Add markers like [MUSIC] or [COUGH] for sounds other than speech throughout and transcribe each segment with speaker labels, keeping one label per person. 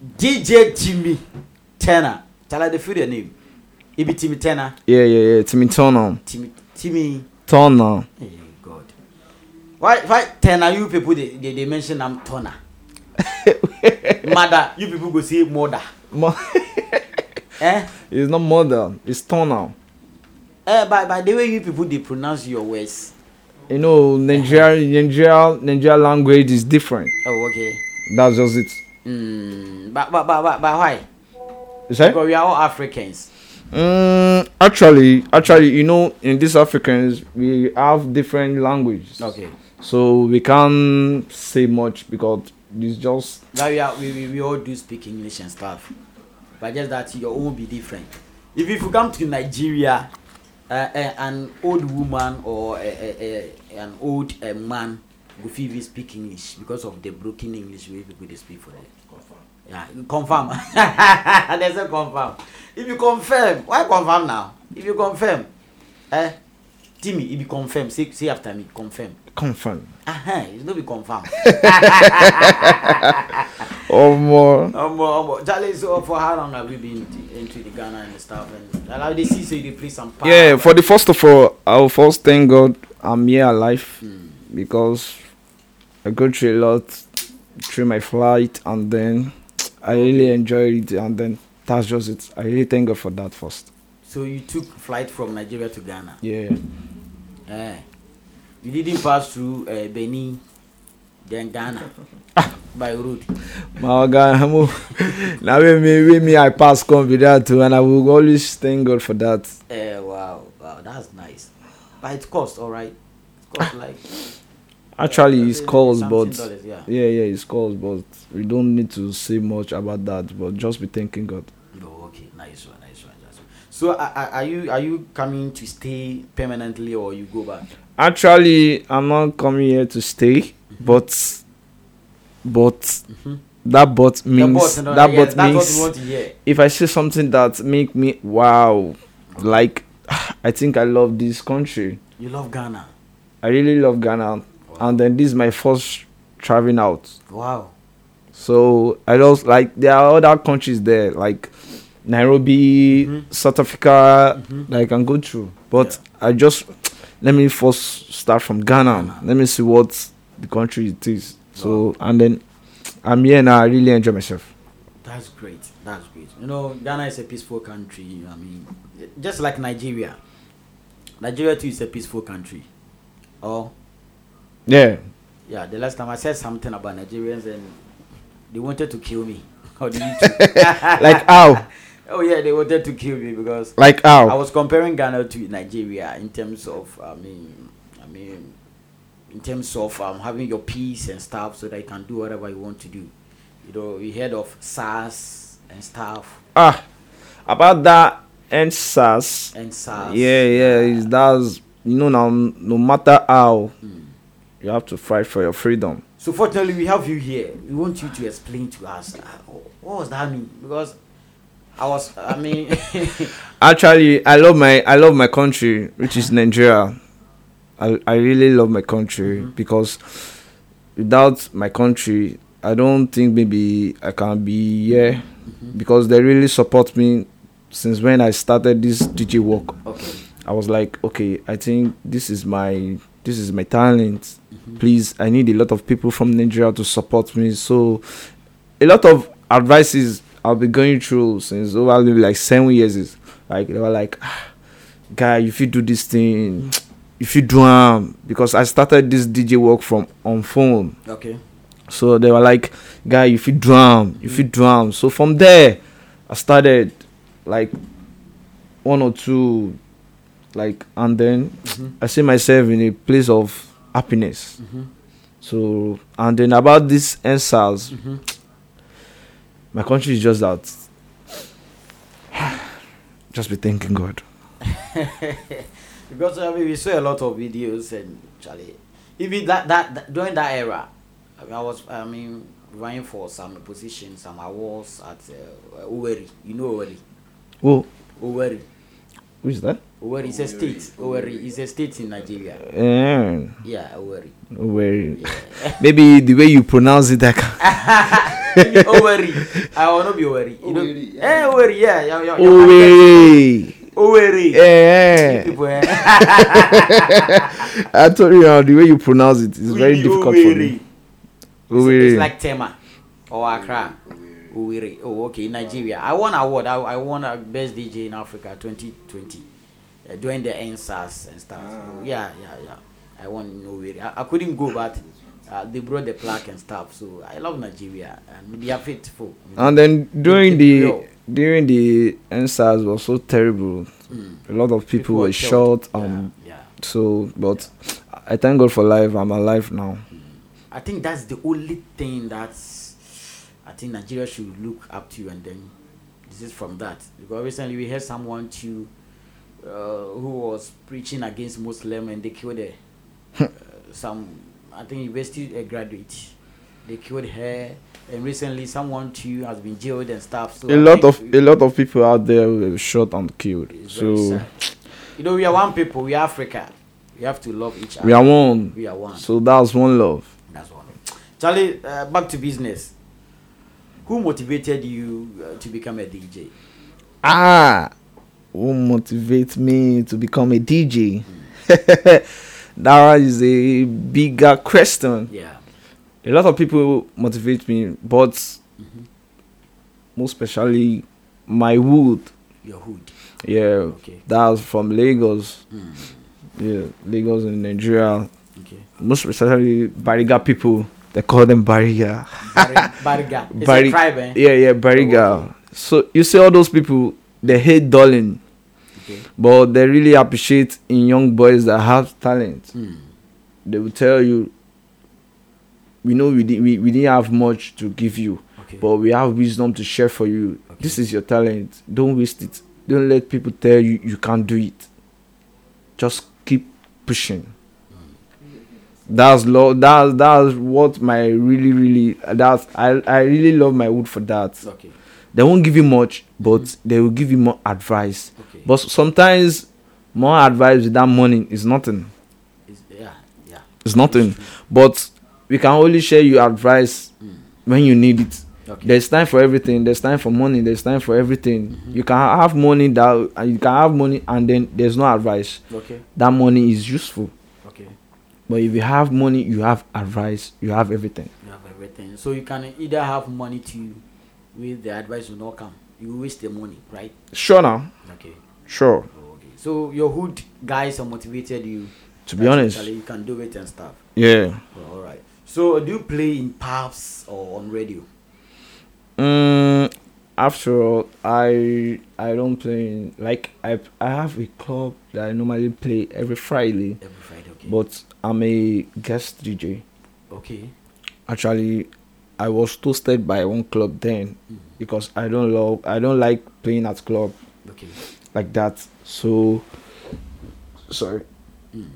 Speaker 1: DJ Timmy Turner. Tell her the full name. It be Timmy Turner.
Speaker 2: Yeah, yeah, yeah. Timmy Turner.
Speaker 1: Timmy. Timmy. [LAUGHS]
Speaker 2: Turner.
Speaker 1: Hey, eh, God. Why, why Turner, you people, they, they, they mention I'm Turner. Mother, you people go say mother.
Speaker 2: Mo- [LAUGHS]
Speaker 1: Eh?
Speaker 2: it's not mother. It's Turner.
Speaker 1: Eh, by, by the way, you people, they pronounce your words.
Speaker 2: You know, Nigeria, Nigeria, Nigeria language is different.
Speaker 1: Oh, okay.
Speaker 2: That's just it.
Speaker 1: Mm, but, but, but, but, but why?
Speaker 2: You say?
Speaker 1: Because we are all Africans.
Speaker 2: Mm, actually, actually, you know, in these Africans, we have different languages.
Speaker 1: Okay.
Speaker 2: So we can't say much because it's just
Speaker 1: Now we, are, we, we, we all do speak English and stuff. But just that your own will be different. If, if you come to Nigeria, uh, uh, an old woman or uh, uh, uh, an old uh, man will fit even speak English because of the broken English way people they speak for them. Yeah, you confirm. [LAUGHS] There's a confirm. If you confirm, why confirm now? If you confirm, eh? Timmy, if you confirm, say, say after me, confirm.
Speaker 2: confirm.
Speaker 1: Uh-huh, it's not be confirm.
Speaker 2: Or more.
Speaker 1: Um, um, Jale, so for how long have you been t- into the Ghana and stuff? And and how they see so you dey play some part.
Speaker 2: Yeah, for the first of all, I'll first thank God I'm here alive
Speaker 1: Mm.
Speaker 2: because I go through a lot through my flight and then I really enjoyed it and then that's just it. I really thank God for that first.
Speaker 1: So you took flight from Nigeria to Ghana.
Speaker 2: Yeah.
Speaker 1: Eh. You didn't pass through uh, Benin, then Ghana
Speaker 2: Ah.
Speaker 1: by road.
Speaker 2: [LAUGHS] My guy, I'm [LAUGHS] now with me, with me, I pass come with that too, and I will always thank God for that.
Speaker 1: Eh, wow, wow, that's nice. But it cost, all right. It cost like
Speaker 2: Ah. Actually, it's
Speaker 1: something
Speaker 2: calls, but
Speaker 1: dollars, yeah.
Speaker 2: yeah, yeah, it's calls, but we don't need to say much about that, but just be thanking God.
Speaker 1: Oh, okay, nice one, nice one, nice one. So, are, are are you are you coming to stay permanently or you go back?
Speaker 2: Actually, I'm not coming here to stay, but but
Speaker 1: Mhm.
Speaker 2: Mm-hmm. that but means
Speaker 1: The bot,
Speaker 2: that
Speaker 1: yeah, that's
Speaker 2: but
Speaker 1: what
Speaker 2: means
Speaker 1: we want to hear.
Speaker 2: if I see something that make me wow, like [SIGHS] I think I love this country.
Speaker 1: You love Ghana.
Speaker 2: I really love Ghana, and then this is my first traveling out.
Speaker 1: Wow.
Speaker 2: So I just like there are other countries there like Nairobi,
Speaker 1: Mhm.
Speaker 2: South Africa
Speaker 1: Mhm.
Speaker 2: that I can go through. But I just let me first start from Ghana.
Speaker 1: Ghana.
Speaker 2: Let me see what the country it is. So and then I'm here and I really enjoy myself.
Speaker 1: That's great. That's great. You know, Ghana is a peaceful country. you know what I mean, just like Nigeria. Nigeria too is a peaceful country. Oh,
Speaker 2: Yeah.
Speaker 1: yeah. The last time I said something about Nigerians and they wanted to kill me. [LAUGHS] How did you too?
Speaker 2: [LAUGHS] [LAUGHS] Like how?
Speaker 1: [LAUGHS] oh yeah, they wanted to kill me because
Speaker 2: Like
Speaker 1: I
Speaker 2: how?
Speaker 1: was comparing Ghana to Nigeria in terms of I mean I mean in terms of um, having your peace and stuff so that you can do whatever you want to do. You know, we heard of SARS and stuff
Speaker 2: Ah about that and SARS.
Speaker 1: and SARS.
Speaker 2: Yeah, yeah, it's that's you know now no matter how
Speaker 1: Mm.
Speaker 2: you have to fight for your freedom.
Speaker 1: So fortunately, we have you here. We want you to explain to us uh, what was that mean because I was I mean [LAUGHS]
Speaker 2: [LAUGHS] Actually, I love my I love my country, which is Nigeria. I I really love my country
Speaker 1: Mhm.
Speaker 2: because without my country, I don't think maybe I can be here
Speaker 1: Mhm.
Speaker 2: because they really support me since when I started this DJ work.
Speaker 1: okay
Speaker 2: I was like, okay, I think this is my this is my talent.
Speaker 1: Mhm.
Speaker 2: Please, I need a lot of people from Nigeria to support me. So, a lot of advices I'll be going through since over maybe like seven years is like they were like, "Ah, guy, if you do this thing, if you do um, because I started this DJ work from on phone.
Speaker 1: okay
Speaker 2: So they were like, guy, if you drum, if you drum. So from there, I started like one or two, like, and then
Speaker 1: Mhm.
Speaker 2: I see myself in a place of happiness.
Speaker 1: Mhm.
Speaker 2: So, and then about these answers,
Speaker 1: Mhm.
Speaker 2: my country is just that. [SIGHS] just be thanking God.
Speaker 1: [LAUGHS] because I mean, we saw a lot of videos and Charlie, even that, that that- during that era, I, mean, I was I mean running for some positions, some awards at uh, Oweri. You know Oweri,
Speaker 2: Oh,
Speaker 1: Oweri,
Speaker 2: who is that?
Speaker 1: Oweri is a state. Oweri is a state in Nigeria.
Speaker 2: Eh,
Speaker 1: Yeah, Oweri.
Speaker 2: where?
Speaker 1: Yeah. [LAUGHS]
Speaker 2: Maybe the way you pronounce it, I can.
Speaker 1: Oweri. I will not be Oweri. You know- Eh,
Speaker 3: Oweri, yeah.
Speaker 1: Oweri, yeah. yeah, yeah, yeah.
Speaker 2: Oh, Owerri.
Speaker 1: Oweri.
Speaker 2: Yeah.
Speaker 1: People, eh. [LAUGHS]
Speaker 2: I told you uh, the way you pronounce it is very
Speaker 1: Really,
Speaker 2: difficult for
Speaker 1: Oweri.
Speaker 2: me.
Speaker 1: It's-
Speaker 2: Owerri.
Speaker 1: It's like Tema or Accra. Uwiri. Oh, okay, in Nigeria. I won award. I, I won a best DJ in Africa 2020 uh, during the NSAS and stuff.
Speaker 3: Ah.
Speaker 1: Yeah, yeah, yeah. I won in Uwiri. I, I couldn't go, but uh, they brought the plaque and stuff. So I love Nigeria and they are faithful.
Speaker 2: And then during the
Speaker 1: Yo.
Speaker 2: during the NSAS was so terrible.
Speaker 1: Mm.
Speaker 2: A lot of people, were shot. Um,
Speaker 1: yeah, yeah.
Speaker 2: so but I thank God for life. I'm alive now.
Speaker 1: I think that's the only thing that's I think Nigeria should look up to and then this is from that because recently we heard someone to uh, who was preaching against Muslim and they killed a,
Speaker 2: Hmm.
Speaker 1: uh, some I think university uh, graduate they killed her and recently someone too has been jailed and stuff so
Speaker 2: a
Speaker 1: I
Speaker 2: lot
Speaker 1: think
Speaker 2: of
Speaker 1: we-
Speaker 2: a lot of people out there were shot and killed.
Speaker 1: it's very
Speaker 2: So
Speaker 1: sad. you know we are one people we are Africa we have to love each other
Speaker 2: we are one.
Speaker 1: we are one
Speaker 2: So that's one love.
Speaker 1: That's one. Charlie, uh, back to business. Who motivated you uh, to become a DJ?
Speaker 2: ah who motivates me to become a dj [LAUGHS] that is a bigger question
Speaker 1: Yeah.
Speaker 2: a lot of people motivate me but
Speaker 1: Mm-hmm.
Speaker 2: most especially my wood
Speaker 1: Your hood.
Speaker 2: yeah
Speaker 1: Okay.
Speaker 2: that's from lagos
Speaker 1: Hmm.
Speaker 2: yeah lagos in nigeria
Speaker 1: Okay.
Speaker 2: most especially bariga people they call them bariga
Speaker 1: Bari- Bariga. It's
Speaker 2: Bari-
Speaker 1: a tribe, eh?
Speaker 2: yeah yeah bariga so you see all those people they hate dolling
Speaker 1: Okay.
Speaker 2: but they really appreciate in young boys that have talent.
Speaker 1: Hmm.
Speaker 2: They will tell you, we know we, di- we, we didn't have much to give you,
Speaker 1: Okay.
Speaker 2: but we have wisdom to share for you.
Speaker 1: Okay.
Speaker 2: This is your talent. Don't waste it. Don't let people tell you you can't do it. Just keep pushing. That's lo- that's that's what my really really that's I I really love my wood for that.
Speaker 1: okay.
Speaker 2: They won't give you much, but they will give you more advice.
Speaker 1: Okay.
Speaker 2: But sometimes more advice without money is nothing.
Speaker 1: It's- yeah. Yeah.
Speaker 2: It's nothing. But we can only share your advice
Speaker 1: Hmm.
Speaker 2: when you need it.
Speaker 1: Okay.
Speaker 2: There's time for everything. There's time for money. There's time for everything. You can have money that and you can have money and then there's no advice.
Speaker 1: okay.
Speaker 2: That money is useful.
Speaker 1: Okay.
Speaker 2: But if you have money, you have advice. You have everything.
Speaker 1: You have everything. So you can either have money to, with the advice will not come. You waste the money, right?
Speaker 2: Sure now.
Speaker 1: Okay.
Speaker 2: Sure.
Speaker 1: Okay. So your hood guys are motivated you.
Speaker 2: To be honest.
Speaker 1: Actually, you can do it and stuff.
Speaker 2: Yeah.
Speaker 1: Oh, all right. So, do you play in pubs or on radio?
Speaker 2: Mm, after all, I I don't play in, like I I have a club that I normally play every Friday,
Speaker 1: Every Friday, okay.
Speaker 2: but I'm a guest DJ.
Speaker 1: okay.
Speaker 2: Actually, I was toasted by one club then
Speaker 1: Mm.
Speaker 2: because I don't love I don't like playing at club
Speaker 1: Okay.
Speaker 2: like that. So sorry.
Speaker 1: Mm.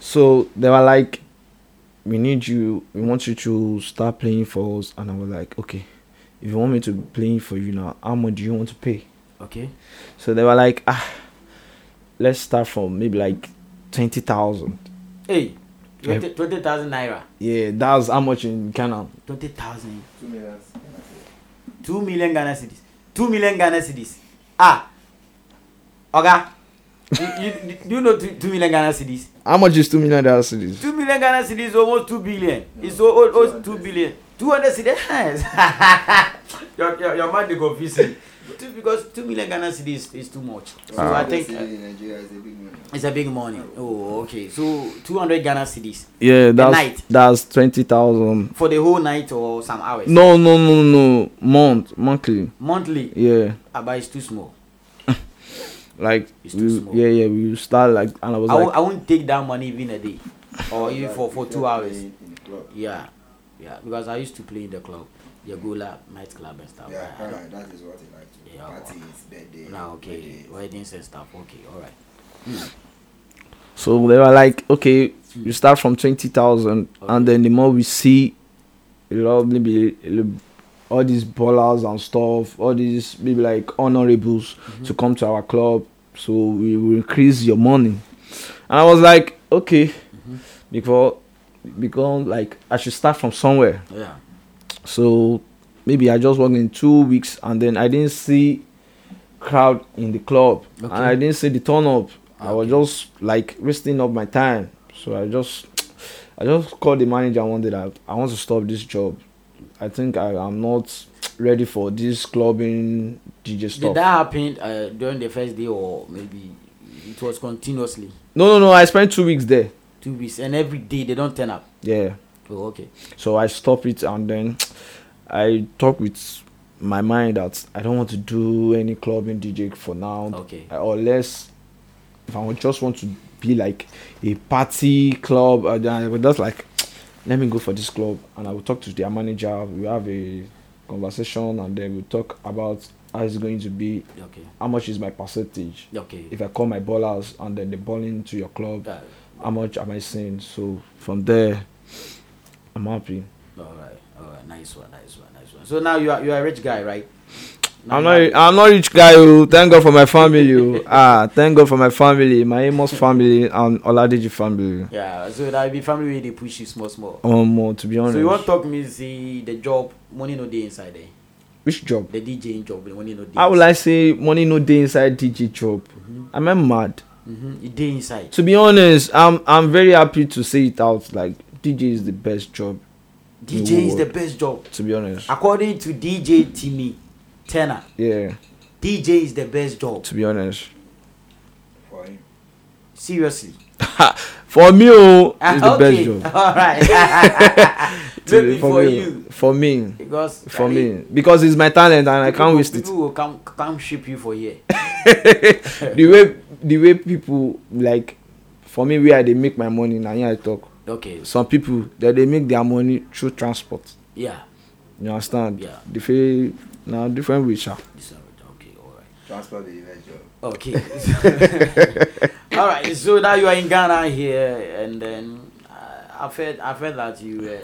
Speaker 2: So they were like, "We need you. We want you to start playing for us." And I was like, "Okay, if you want me to be playing for you now, how much do you want to pay?"
Speaker 1: Okay.
Speaker 2: So they were like, ah, let's start from maybe like 20,000.
Speaker 1: Hey, 20 20,000 naira.
Speaker 2: Yeah, that's how much in Ghana.
Speaker 1: 20,000.
Speaker 3: Two millions.
Speaker 1: 2 million Ghana cedis. 2 million Ghana cedis. Ah. Oga. you, you, do you know 2, two million Ghana cedis?
Speaker 2: How much is 2 million dollar cities?
Speaker 1: 2 million Ghana cedis is almost 2 billion. It's
Speaker 3: No,
Speaker 1: al- al- almost 2
Speaker 3: 200.
Speaker 1: billion. 200 cedis? [LAUGHS] your, your, your mind is confusing. Two, because 2 million Ghana cedis is, is too much. So,
Speaker 3: Ah.
Speaker 1: I think. uh,
Speaker 3: City in Nigeria is a big money.
Speaker 1: It's a big money. Oh, okay. So 200 Ghana cedis
Speaker 2: Yeah,
Speaker 1: night.
Speaker 2: that's that's 20,000.
Speaker 1: for the whole night or some hours.
Speaker 2: No, no, no, no. Month, monthly.
Speaker 1: Monthly,
Speaker 2: Yeah.
Speaker 1: ah, but it's too small.
Speaker 2: Like,
Speaker 1: It's too
Speaker 2: we,
Speaker 1: small.
Speaker 2: yeah, yeah, we start like, and I was
Speaker 1: I, won't,
Speaker 2: like,
Speaker 1: I won't take that money even a day or even for, for
Speaker 3: If
Speaker 1: two
Speaker 3: you're
Speaker 1: hours.
Speaker 3: playing in the club.
Speaker 1: Yeah, yeah. Because I used to play in the club, Yagola nightclub and stuff.
Speaker 3: Yeah,
Speaker 1: I- I don't-
Speaker 3: alright, that is what he likes. to do.
Speaker 1: Yeah.
Speaker 3: Parties, birthday.
Speaker 1: Now, okay,
Speaker 3: birthdays.
Speaker 1: weddings and stuff. Okay, all right.
Speaker 2: so they were like, okay, you start from 20,000.
Speaker 1: Okay.
Speaker 2: And then the more we see, a lot, maybe a little- all these ballers and stuff, all these maybe like honorables.
Speaker 1: Mm-hmm.
Speaker 2: to come to our club so we will increase your money and i was like okay
Speaker 1: Mhm.
Speaker 2: because because like i should start from somewhere
Speaker 1: Yeah,
Speaker 2: So maybe I just worked in two weeks and then I didn't see crowd in the club and
Speaker 1: Okay.
Speaker 2: I didn't see the turn up. I was
Speaker 1: Okay.
Speaker 2: just like wasting up my time. So I just I just called the manager one day that I want to stop this job. I think I, I'm not ready for this clubbing DJ
Speaker 1: Did
Speaker 2: stuff.
Speaker 1: that happen uh, during the first day or maybe it was continuously
Speaker 2: no no no I spent two weeks there.
Speaker 1: two weeks and every day they don't turn up?
Speaker 2: Yeah.
Speaker 1: Oh, okay.
Speaker 2: So I stop it and then I talk with my mind that I don't want to do any clubbing DJ for now.
Speaker 1: Okay.
Speaker 2: Uh, or less if I would just want to be like a party club uh, then I would just like let me go for this club and I will talk to their manager we have a conversation and then we'll talk about how it's going to be
Speaker 1: Okay.
Speaker 2: how much is my percentage
Speaker 1: Okay.
Speaker 2: if I call my ballers and then they ball into your club
Speaker 1: Uh,
Speaker 2: how much am I seeing so from there I'm happy
Speaker 1: all right. All right. Nice one. Nice one. Nice one. So now you are you are a rich guy, right? you
Speaker 2: I'm not.
Speaker 1: are-
Speaker 2: I'm not rich guy. oh. Thank God for my family. oh. ah, thank God for my family, my Amos family and Oladeji family.
Speaker 1: Yeah. So that will be family where they push you small small.
Speaker 2: Um, uh, to be honest,
Speaker 1: So you want talk me see the job money no day inside there.
Speaker 2: which job?
Speaker 1: The DJing job the money no day.
Speaker 2: How will I say money no day inside DJ job? Am I mad?
Speaker 1: Mm-hmm. It day inside.
Speaker 2: To be honest, I'm. I'm very happy to say it out. Like DJ is the best job.
Speaker 1: DJ is the
Speaker 2: Reward.
Speaker 1: best job.
Speaker 2: To be honest,
Speaker 1: According to DJ Timmy Turner,
Speaker 2: yeah.
Speaker 1: DJ is the best job.
Speaker 2: To be honest,
Speaker 3: for him.
Speaker 1: Seriously.
Speaker 2: for me, oh,
Speaker 1: Ah,
Speaker 2: it's the
Speaker 1: okay.
Speaker 2: best job.
Speaker 1: All
Speaker 2: [LAUGHS]
Speaker 1: right. [LAUGHS]
Speaker 2: To
Speaker 1: Maybe
Speaker 2: be-
Speaker 1: for
Speaker 2: me,
Speaker 1: you.
Speaker 2: For me.
Speaker 1: Because
Speaker 2: For
Speaker 1: Charlie,
Speaker 2: me, because it's my talent and I
Speaker 1: people
Speaker 2: can't
Speaker 1: will-
Speaker 2: waste it.
Speaker 1: People will come come ship you for here.
Speaker 2: the way the way people like for me where i dey make my money na here i talk
Speaker 1: Okay.
Speaker 2: some people they dey make their money through transport
Speaker 1: Yeah.
Speaker 2: you understand
Speaker 1: Yeah.
Speaker 2: the fee na different way sha.
Speaker 1: This one, Okay. All right.
Speaker 3: Transfer the event job.
Speaker 1: Okay. [LAUGHS] all right. So now you are in Ghana here, and then uh, I've heard I've heard that you were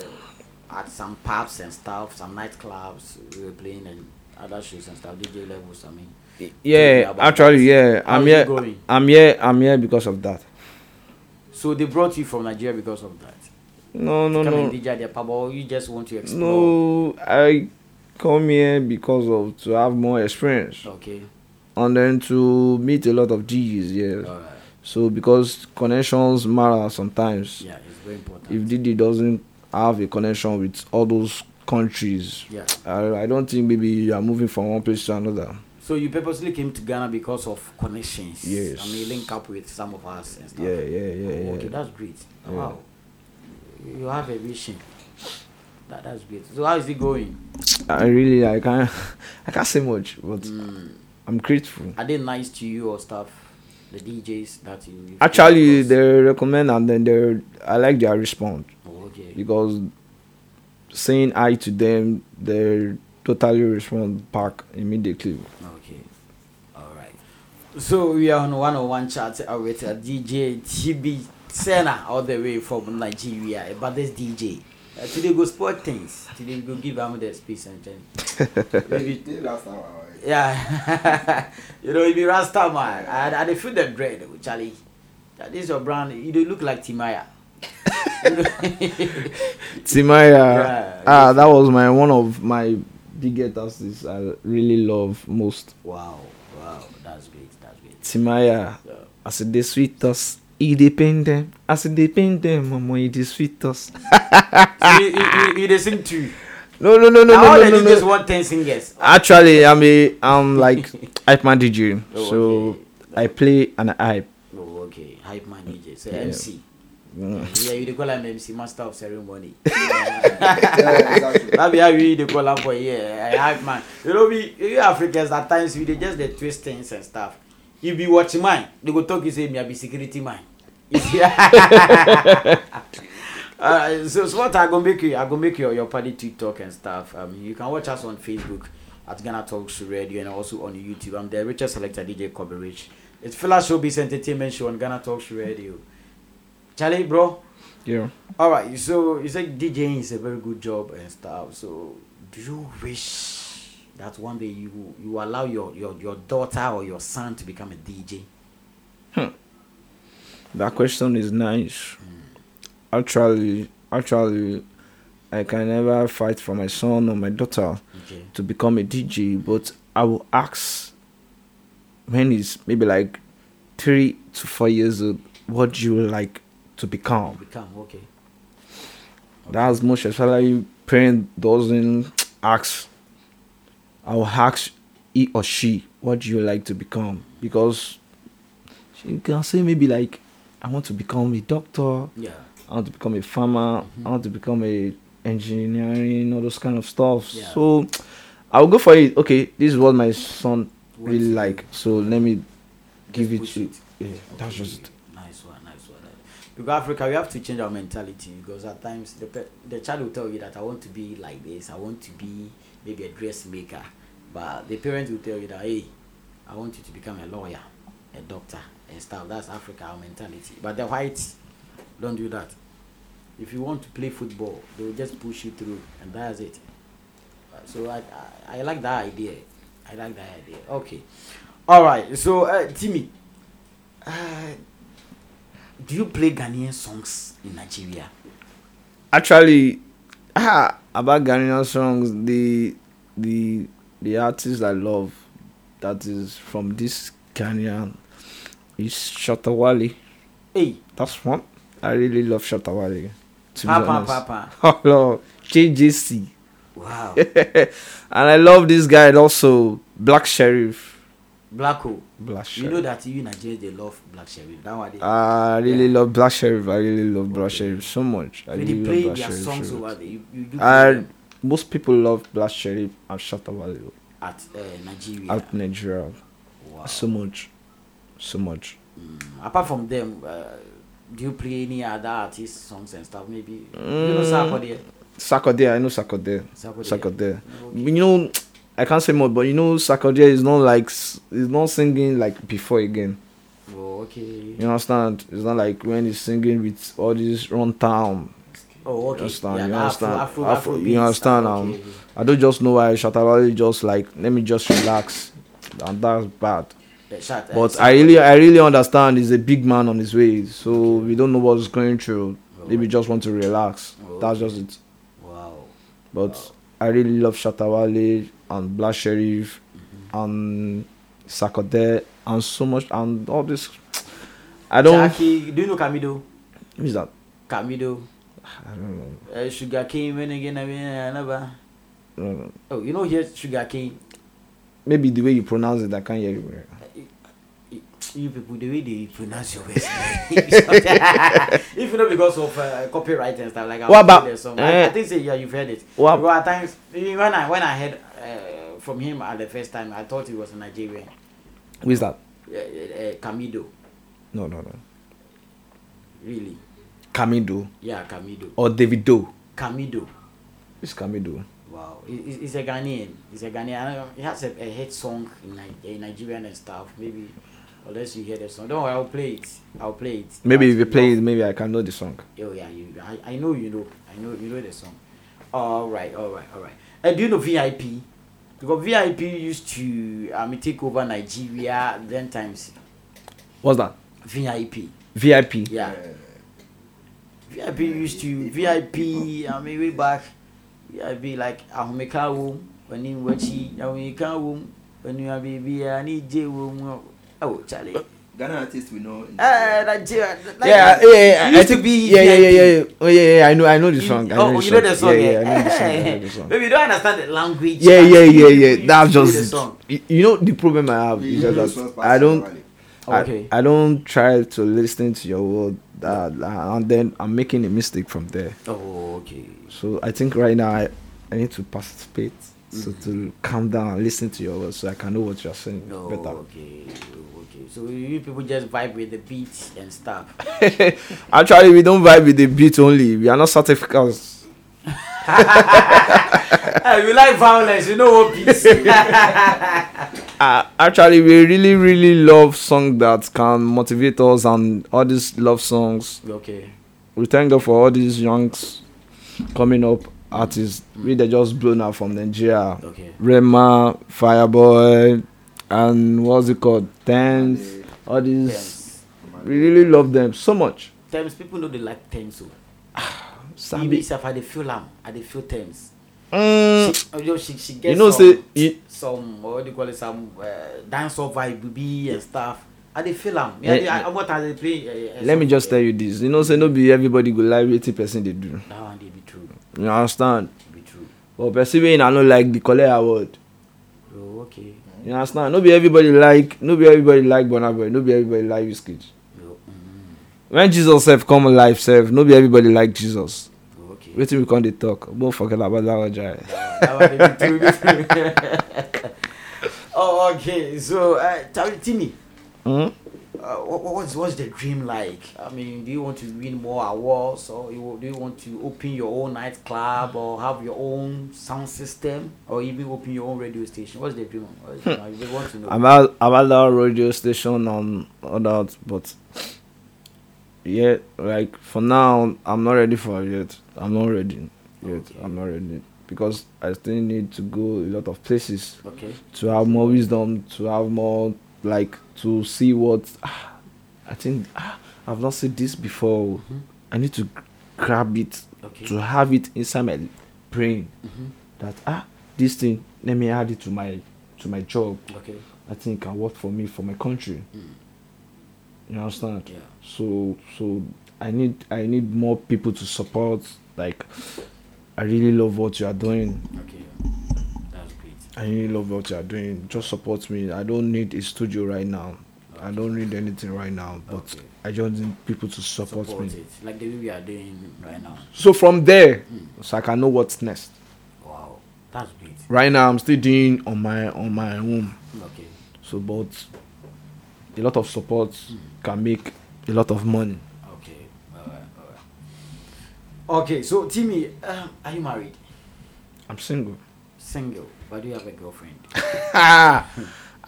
Speaker 1: at some pubs and stuff, some nightclubs. You were playing and other shows and stuff. DJ levels. I mean. me
Speaker 2: yeah
Speaker 1: about
Speaker 2: actually yeah
Speaker 1: How
Speaker 2: i'm
Speaker 1: is it
Speaker 2: here
Speaker 1: going?
Speaker 2: i'm here i'm here because of that
Speaker 1: So they brought you from Nigeria because of that.
Speaker 2: no no
Speaker 1: Come
Speaker 2: no
Speaker 1: and DJ at their pub, or you just want to explore.
Speaker 2: no i come here because of to have more experience
Speaker 1: Okay.
Speaker 2: and then to meet a lot of g's yeah
Speaker 1: All right.
Speaker 2: so because connections matter sometimes
Speaker 1: Yeah, it's very important.
Speaker 2: if Didi doesn't have a connection with all those countries,
Speaker 1: yeah.
Speaker 2: I, I don't think maybe you are moving from one place to another.
Speaker 1: So you purposely came to Ghana because of connections.
Speaker 2: Yes.
Speaker 1: I mean, link up with some of us and stuff.
Speaker 2: Yeah, yeah, yeah,
Speaker 1: Oh, Okay,
Speaker 2: yeah.
Speaker 1: that's great.
Speaker 2: Yeah.
Speaker 1: Wow. You have a vision. That, that's great. So how is it going?
Speaker 2: I really, I can't, [LAUGHS] I can't say much, but
Speaker 1: Mm,
Speaker 2: I'm grateful.
Speaker 1: are they nice to you or stuff? The DJs that you you
Speaker 2: Actually,
Speaker 1: came
Speaker 2: they recommend and then they, I like their response
Speaker 1: across? Oh, okay.
Speaker 2: because saying hi to them, they totally respond back immediately.
Speaker 1: Okay. All right. So we are on one-on-one chat uh, with uh, DJ TB Sena all the way from Nigeria. eh, But this DJ. Uh, today go sport things. Today go give him the space and then
Speaker 3: Maybe
Speaker 1: [LAUGHS] maybe
Speaker 3: the last time I
Speaker 1: [LAUGHS]
Speaker 3: was
Speaker 1: yeah. [LAUGHS] you know, you be Rasta man. And I, I feel the dread, oh, Charlie. That is your brand. You don't look like
Speaker 2: [LAUGHS]
Speaker 1: Timaya. [LAUGHS]
Speaker 2: Timaya,
Speaker 1: Yeah,
Speaker 2: uh, ah, that was my one of my biggest artists I really love most.
Speaker 1: wow, wow, that's great, that's great.
Speaker 2: Timaya,
Speaker 1: Yeah.
Speaker 2: as it is sweet us, it depend them. As it depend them, mama, it is sweet us.
Speaker 1: So you, you, you, you they sing too.
Speaker 2: No, no, Ah. no, no,
Speaker 1: Now all
Speaker 2: no,
Speaker 1: the
Speaker 2: no,
Speaker 1: DJs
Speaker 2: no.
Speaker 1: want ten singers.
Speaker 2: Actually, I'm a, I'm like [LAUGHS] hype man DJ,
Speaker 1: Oh,
Speaker 2: so
Speaker 1: okay.
Speaker 2: I play and I hype.
Speaker 1: Oh, okay. Hype man DJ. So
Speaker 2: Yeah.
Speaker 1: MC.
Speaker 2: Mm.
Speaker 1: Yeah, you dey call him MC, Master of
Speaker 2: [LAUGHS]
Speaker 1: Ceremony.
Speaker 3: Yeah, exactly.
Speaker 1: that be how we dey call am for here. eh, Hype man. You know, we you Africans at times we dey just dey twist things and stuff. You be watching mine, they go talk you say me I be security man. You see? [LAUGHS] Uh, so, so what I go make you, I go make your your party TikTok and stuff. Um, you can watch us on Facebook at Ghana Talks Radio and also on YouTube. I'm the richest selector DJ coverage. It's Fela Showbiz Entertainment Show on Ghana Talks Radio. Charlie, bro.
Speaker 2: Yeah.
Speaker 1: All right. So you said DJing is a very good job and stuff. So do you wish that one day you you allow your your, your daughter or your son to become a DJ?
Speaker 2: That question is nice. Actually, actually, I can never fight for my son or my daughter
Speaker 1: Okay.
Speaker 2: to become a DJ, but I will ask when he's maybe like three to four years old, what do you like to become?
Speaker 1: Become okay.
Speaker 2: That's much especially parent doesn't ask. I will ask he or she, what do you like to become? Because she can say maybe like, I want to become a doctor,
Speaker 1: Yeah.
Speaker 2: I want to become a farmer,
Speaker 1: Mm-hmm.
Speaker 2: I want to become a engineering, all those kind of stuff.
Speaker 1: Yeah.
Speaker 2: So I'll go for it. Okay, this is what my son
Speaker 1: What-
Speaker 2: really like. So let me give it
Speaker 1: push
Speaker 2: to
Speaker 1: it.
Speaker 2: yeah, that's just it.
Speaker 1: Nice one, nice one. Because Africa, we have to change our mentality because at times the, pe- the child will tell you that I want to be like this, I want to be maybe a dressmaker. But the parents will tell you that, hey, I want you to become a lawyer, a doctor, and stuff. That's Africa, our mentality. But the whites don't do that. If you want to play football, they will just push you through, and that's it. Uh, So I, I, I like that idea. I like that idea. Okay. All right. So, uh, Timmy. Uh, do you play Ghanaian songs in Nigeria?
Speaker 2: actually ah, about Ghanaian songs, the the the artist I love that is from this Ghanaian is Shatawale.
Speaker 1: Hey,
Speaker 2: That's one. I really love Shatawale. To be
Speaker 1: Papa,
Speaker 2: honest. [LAUGHS]
Speaker 1: Papa.
Speaker 2: Oh Lord, JJC. [LAUGHS]
Speaker 1: Wow.
Speaker 2: and I love this guy also, Black Sheriff.
Speaker 1: Blacko.
Speaker 2: Black
Speaker 1: You know
Speaker 2: Sheriff.
Speaker 1: that you Nigerians they love Black Sheriff. That
Speaker 2: Ah,
Speaker 1: one they,
Speaker 2: I really
Speaker 1: Yeah.
Speaker 2: love Black Sheriff. I really love Black
Speaker 1: Okay.
Speaker 2: Sheriff so much. I
Speaker 1: when
Speaker 2: really
Speaker 1: they play
Speaker 2: love
Speaker 1: their
Speaker 2: Black Sheriff.
Speaker 1: songs
Speaker 2: so much.
Speaker 1: over there. You, you do play
Speaker 2: And
Speaker 1: them
Speaker 2: most people love Black Sheriff and Shatawale.
Speaker 1: at uh, Nigeria.
Speaker 2: out Nigeria.
Speaker 1: wow.
Speaker 2: So much, so much.
Speaker 1: Mm, apart from them, uh, do you play any other artist songs and stuff? Maybe you
Speaker 2: Mm.
Speaker 1: know Sakode.
Speaker 2: Sakode, I know Sakode.
Speaker 1: Sakode.
Speaker 2: Sakode.
Speaker 1: Okay.
Speaker 2: You know, I can't say more, but you know, Sakode is not like s- is not singing like before again.
Speaker 1: Oh, okay.
Speaker 2: You understand? It's not like when he's singing with all this run town.
Speaker 1: Oh, okay.
Speaker 2: understand,
Speaker 1: Yeah,
Speaker 2: you
Speaker 1: the
Speaker 2: understand,
Speaker 1: Afro, Afro,
Speaker 2: Afro- you
Speaker 1: beats.
Speaker 2: understand, um,
Speaker 1: Okay.
Speaker 2: I don't just know why Shatawale just like let me just relax, and that's bad.
Speaker 1: Uh, Shat- uh,
Speaker 2: But I really, I really understand. He's a big man on his way, so we don't know what's going through. Maybe just want to relax. That's just it.
Speaker 1: Wow.
Speaker 2: But I really love Shatawale and Black Sheriff and Sakode and so much and all this. I don't.
Speaker 1: Jackie, do you know Camido?
Speaker 2: Who is that?
Speaker 1: Camido.
Speaker 2: I don't know.
Speaker 1: Uh, sugar cane when again I mean another.
Speaker 2: I don't know.
Speaker 1: Oh, you know here sugar cane.
Speaker 2: Maybe the way you pronounce it, I can't hear you.
Speaker 1: You people the way they pronounce your words. [LAUGHS] if you know because of uh, copyright and stuff like I was
Speaker 2: What about-
Speaker 1: saying there's some- I, I
Speaker 2: eh. Oh.
Speaker 1: think say yeah you've heard it.
Speaker 2: What-
Speaker 1: Because at times eh, when I when I heard uh, from him at the first time I thought he was a Nigerian.
Speaker 2: Who is that?
Speaker 1: Uh, uh, Camido,
Speaker 2: No, no, no.
Speaker 1: really.
Speaker 2: Kamido
Speaker 1: Yeah, Camido.
Speaker 2: or Davido.
Speaker 1: Camido.
Speaker 2: It's Kamido.
Speaker 1: Wow, he- he- he's a Ghanaian. He's a Ghanaian. I don't know, He has a, a hit song in, Ni- in Nigerian and stuff. Maybe, unless you hear the song. Don't worry, I'll play it. I'll play it.
Speaker 2: Maybe
Speaker 1: But
Speaker 2: if you play it, maybe I can know the song.
Speaker 1: love- Oh yeah, you. I, I know you know. I know you know the song. All right, all right, all right. And do you know VIP? Because VIP used to um, take over Nigeria then times
Speaker 2: What's that?
Speaker 1: VIP.
Speaker 2: VIP.
Speaker 1: Yeah. VIP used to VIP. I mean, way back, VIP like ahomeka wo when you watch ahomeka wo when you have baby I need J wo oh Charlie.
Speaker 3: Ghana artists we know. in
Speaker 1: Eh,
Speaker 3: Nigeria.
Speaker 1: Nigeria. Nigeria.
Speaker 2: Uh, yeah, yeah, yeah,
Speaker 1: It
Speaker 2: yeah. I
Speaker 1: used to
Speaker 2: think,
Speaker 1: be
Speaker 2: yeah, yeah, yeah,
Speaker 1: VIP.
Speaker 2: yeah, oh, yeah, yeah. I know, I know the
Speaker 1: You-
Speaker 2: song. I
Speaker 1: oh,
Speaker 2: know
Speaker 1: you know the song.
Speaker 2: Yeah,
Speaker 1: Yeah,
Speaker 2: yeah, I know the song. I
Speaker 1: [LAUGHS]
Speaker 2: know the song.
Speaker 1: Baby, you don't understand the language.
Speaker 2: Yeah,
Speaker 1: but you-
Speaker 2: yeah, yeah,
Speaker 1: you-
Speaker 2: yeah.
Speaker 1: you-
Speaker 2: That's
Speaker 1: you know
Speaker 2: just
Speaker 1: the
Speaker 2: it.
Speaker 1: song.
Speaker 2: You, you know the problem I have
Speaker 3: We
Speaker 2: is
Speaker 3: know
Speaker 2: just
Speaker 3: songs
Speaker 2: that
Speaker 3: by
Speaker 2: I don't,
Speaker 3: Shatawale.
Speaker 1: Okay.
Speaker 2: I, I don't try to listen to your word, uh, and then I'm making a mistake from there.
Speaker 1: Oh, okay.
Speaker 2: So I think right now I, I need to participate. So
Speaker 1: Mm.
Speaker 2: to calm down and listen to your words, so I can know what you're saying
Speaker 1: No,
Speaker 2: better.
Speaker 1: Oh, okay, okay. So you people just vibe with the beats and stuff.
Speaker 2: [LAUGHS] Actually, we don't vibe with the beat only. We are not certificates.
Speaker 1: [LAUGHS] hey, Eh, we like violence, you know what peace.
Speaker 2: [LAUGHS] uh, actually we really really love songs that can motivate us and all these love songs
Speaker 1: okay.
Speaker 2: we thank god for all these youngs coming up artists we they just blown out from nigeria
Speaker 1: Okay.
Speaker 2: rema fireboy and what's it called tens
Speaker 3: Ghana,
Speaker 2: all these
Speaker 1: Thames.
Speaker 2: we really love them so much
Speaker 1: Thames people know they like Thames. So. Sabi.
Speaker 2: sabi
Speaker 1: sef oh. i dey feel am i dey feel terms.
Speaker 2: mm,
Speaker 1: she, oh, yo, she, she gets
Speaker 2: you know
Speaker 1: some,
Speaker 2: say you,
Speaker 1: some what do you call it some uh, dance off vibe be and stuff. I dey feel am.
Speaker 2: Eh,
Speaker 1: Yeah, I, I, what are they playing? Uh,
Speaker 2: let me just tell you this you know say no be everybody go like wetin person dey do
Speaker 1: That one dey be true.
Speaker 2: you understand
Speaker 1: Be true.
Speaker 2: but person wey una no like dey collect award
Speaker 1: Oh, okay.
Speaker 2: you understand no be everybody like no be everybody like burna boy no be everybody like wizkid
Speaker 1: Oh, mm,
Speaker 2: when jesus sef come life sef no be everybody like jesus
Speaker 1: oh, okay.
Speaker 2: wetin we come dey talk we won forget about that one jai.
Speaker 1: [LAUGHS] that one dey be true. Be true. [LAUGHS] oh, okay. So, uh, Tari- Timmy,
Speaker 2: Hmm?
Speaker 1: uh, what, what's what's the dream like? I mean, do you want to win more awards, or you, do you want to open your own nightclub, or have your own sound system, or even open your own radio station? What's the dream? What's the, I really want to
Speaker 2: [LAUGHS]
Speaker 1: know.
Speaker 2: about about that radio station and all that but yeah like for now i'm not ready for it yet i'm not ready yet
Speaker 1: Okay.
Speaker 2: i'm not ready because i still need to go a lot of places
Speaker 1: okay.
Speaker 2: to have more wisdom to have more like to see what ah, i think ah, i've not seen this before
Speaker 1: Mhm.
Speaker 2: i need to grab it
Speaker 1: Okay.
Speaker 2: to have it inside my brain
Speaker 1: Mhm.
Speaker 2: that ah this thing let me add it to my to my job
Speaker 1: Okay.
Speaker 2: I think can work for me for my country.
Speaker 1: Mm.
Speaker 2: You understand?
Speaker 1: Yeah.
Speaker 2: So so I need I need more people to support. Like I really love what you are doing.
Speaker 1: Okay. That's great.
Speaker 2: I really love what you are doing. Just support me. I don't need a studio right now. I don't need anything right now. But
Speaker 1: Okay.
Speaker 2: I just need people to support,
Speaker 1: Support
Speaker 2: me.
Speaker 1: it. Like the way we are doing right now.
Speaker 2: So from there,
Speaker 1: Mm.
Speaker 2: so I can know what's next.
Speaker 1: Wow. That's great.
Speaker 2: Right now I'm still doing on my on my own.
Speaker 1: Okay.
Speaker 2: So but a lot of support can make a lot of money.
Speaker 1: Okay. Alright. Alright. Okay. So Timmy, um, are you married?
Speaker 2: I'm single. [LAUGHS]
Speaker 1: Single. But do you have a girlfriend?
Speaker 2: Ah,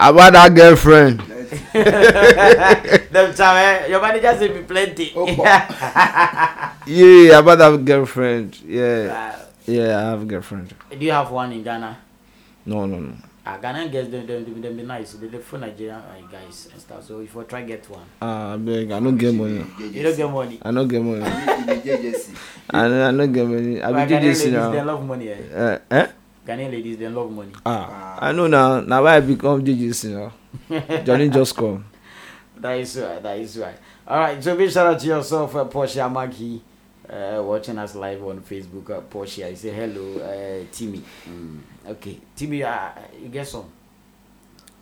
Speaker 2: about that girlfriend.
Speaker 1: [LAUGHS] Them time, eh? Your manager say be plenty. [LAUGHS]
Speaker 3: Oh,
Speaker 2: Yeah, about that girlfriend. Yeah,
Speaker 1: Uh,
Speaker 2: yeah, I have a girlfriend.
Speaker 1: do you have one in Ghana?
Speaker 2: No, no, no.
Speaker 1: Uh, Ghana girls, them, them, them, them be nice. They, they phone Nigerian uh, guys and stuff. So if you try get one,
Speaker 2: Ah, I beg, I don't get money.
Speaker 1: you don't get money.
Speaker 2: I don't get money.
Speaker 3: JJC.
Speaker 2: I don't, I don't get money. I
Speaker 1: But
Speaker 2: be doing
Speaker 1: Ghanaian
Speaker 2: this
Speaker 1: ladies, they
Speaker 2: now.
Speaker 1: love money. Eh?
Speaker 2: Uh, eh?
Speaker 1: Ghanaian ladies, they love money.
Speaker 2: Ah, I know now. Now why I become DJC
Speaker 1: [LAUGHS]
Speaker 2: now? Johnny just come.
Speaker 1: That is right. That is right. All right. So big shout out to yourself, uh, Portia Maki, uh, watching us live on Facebook. Uh, Portia, you say hello, uh, Timmy. Mm. Okay, Timmy, uh, you get some.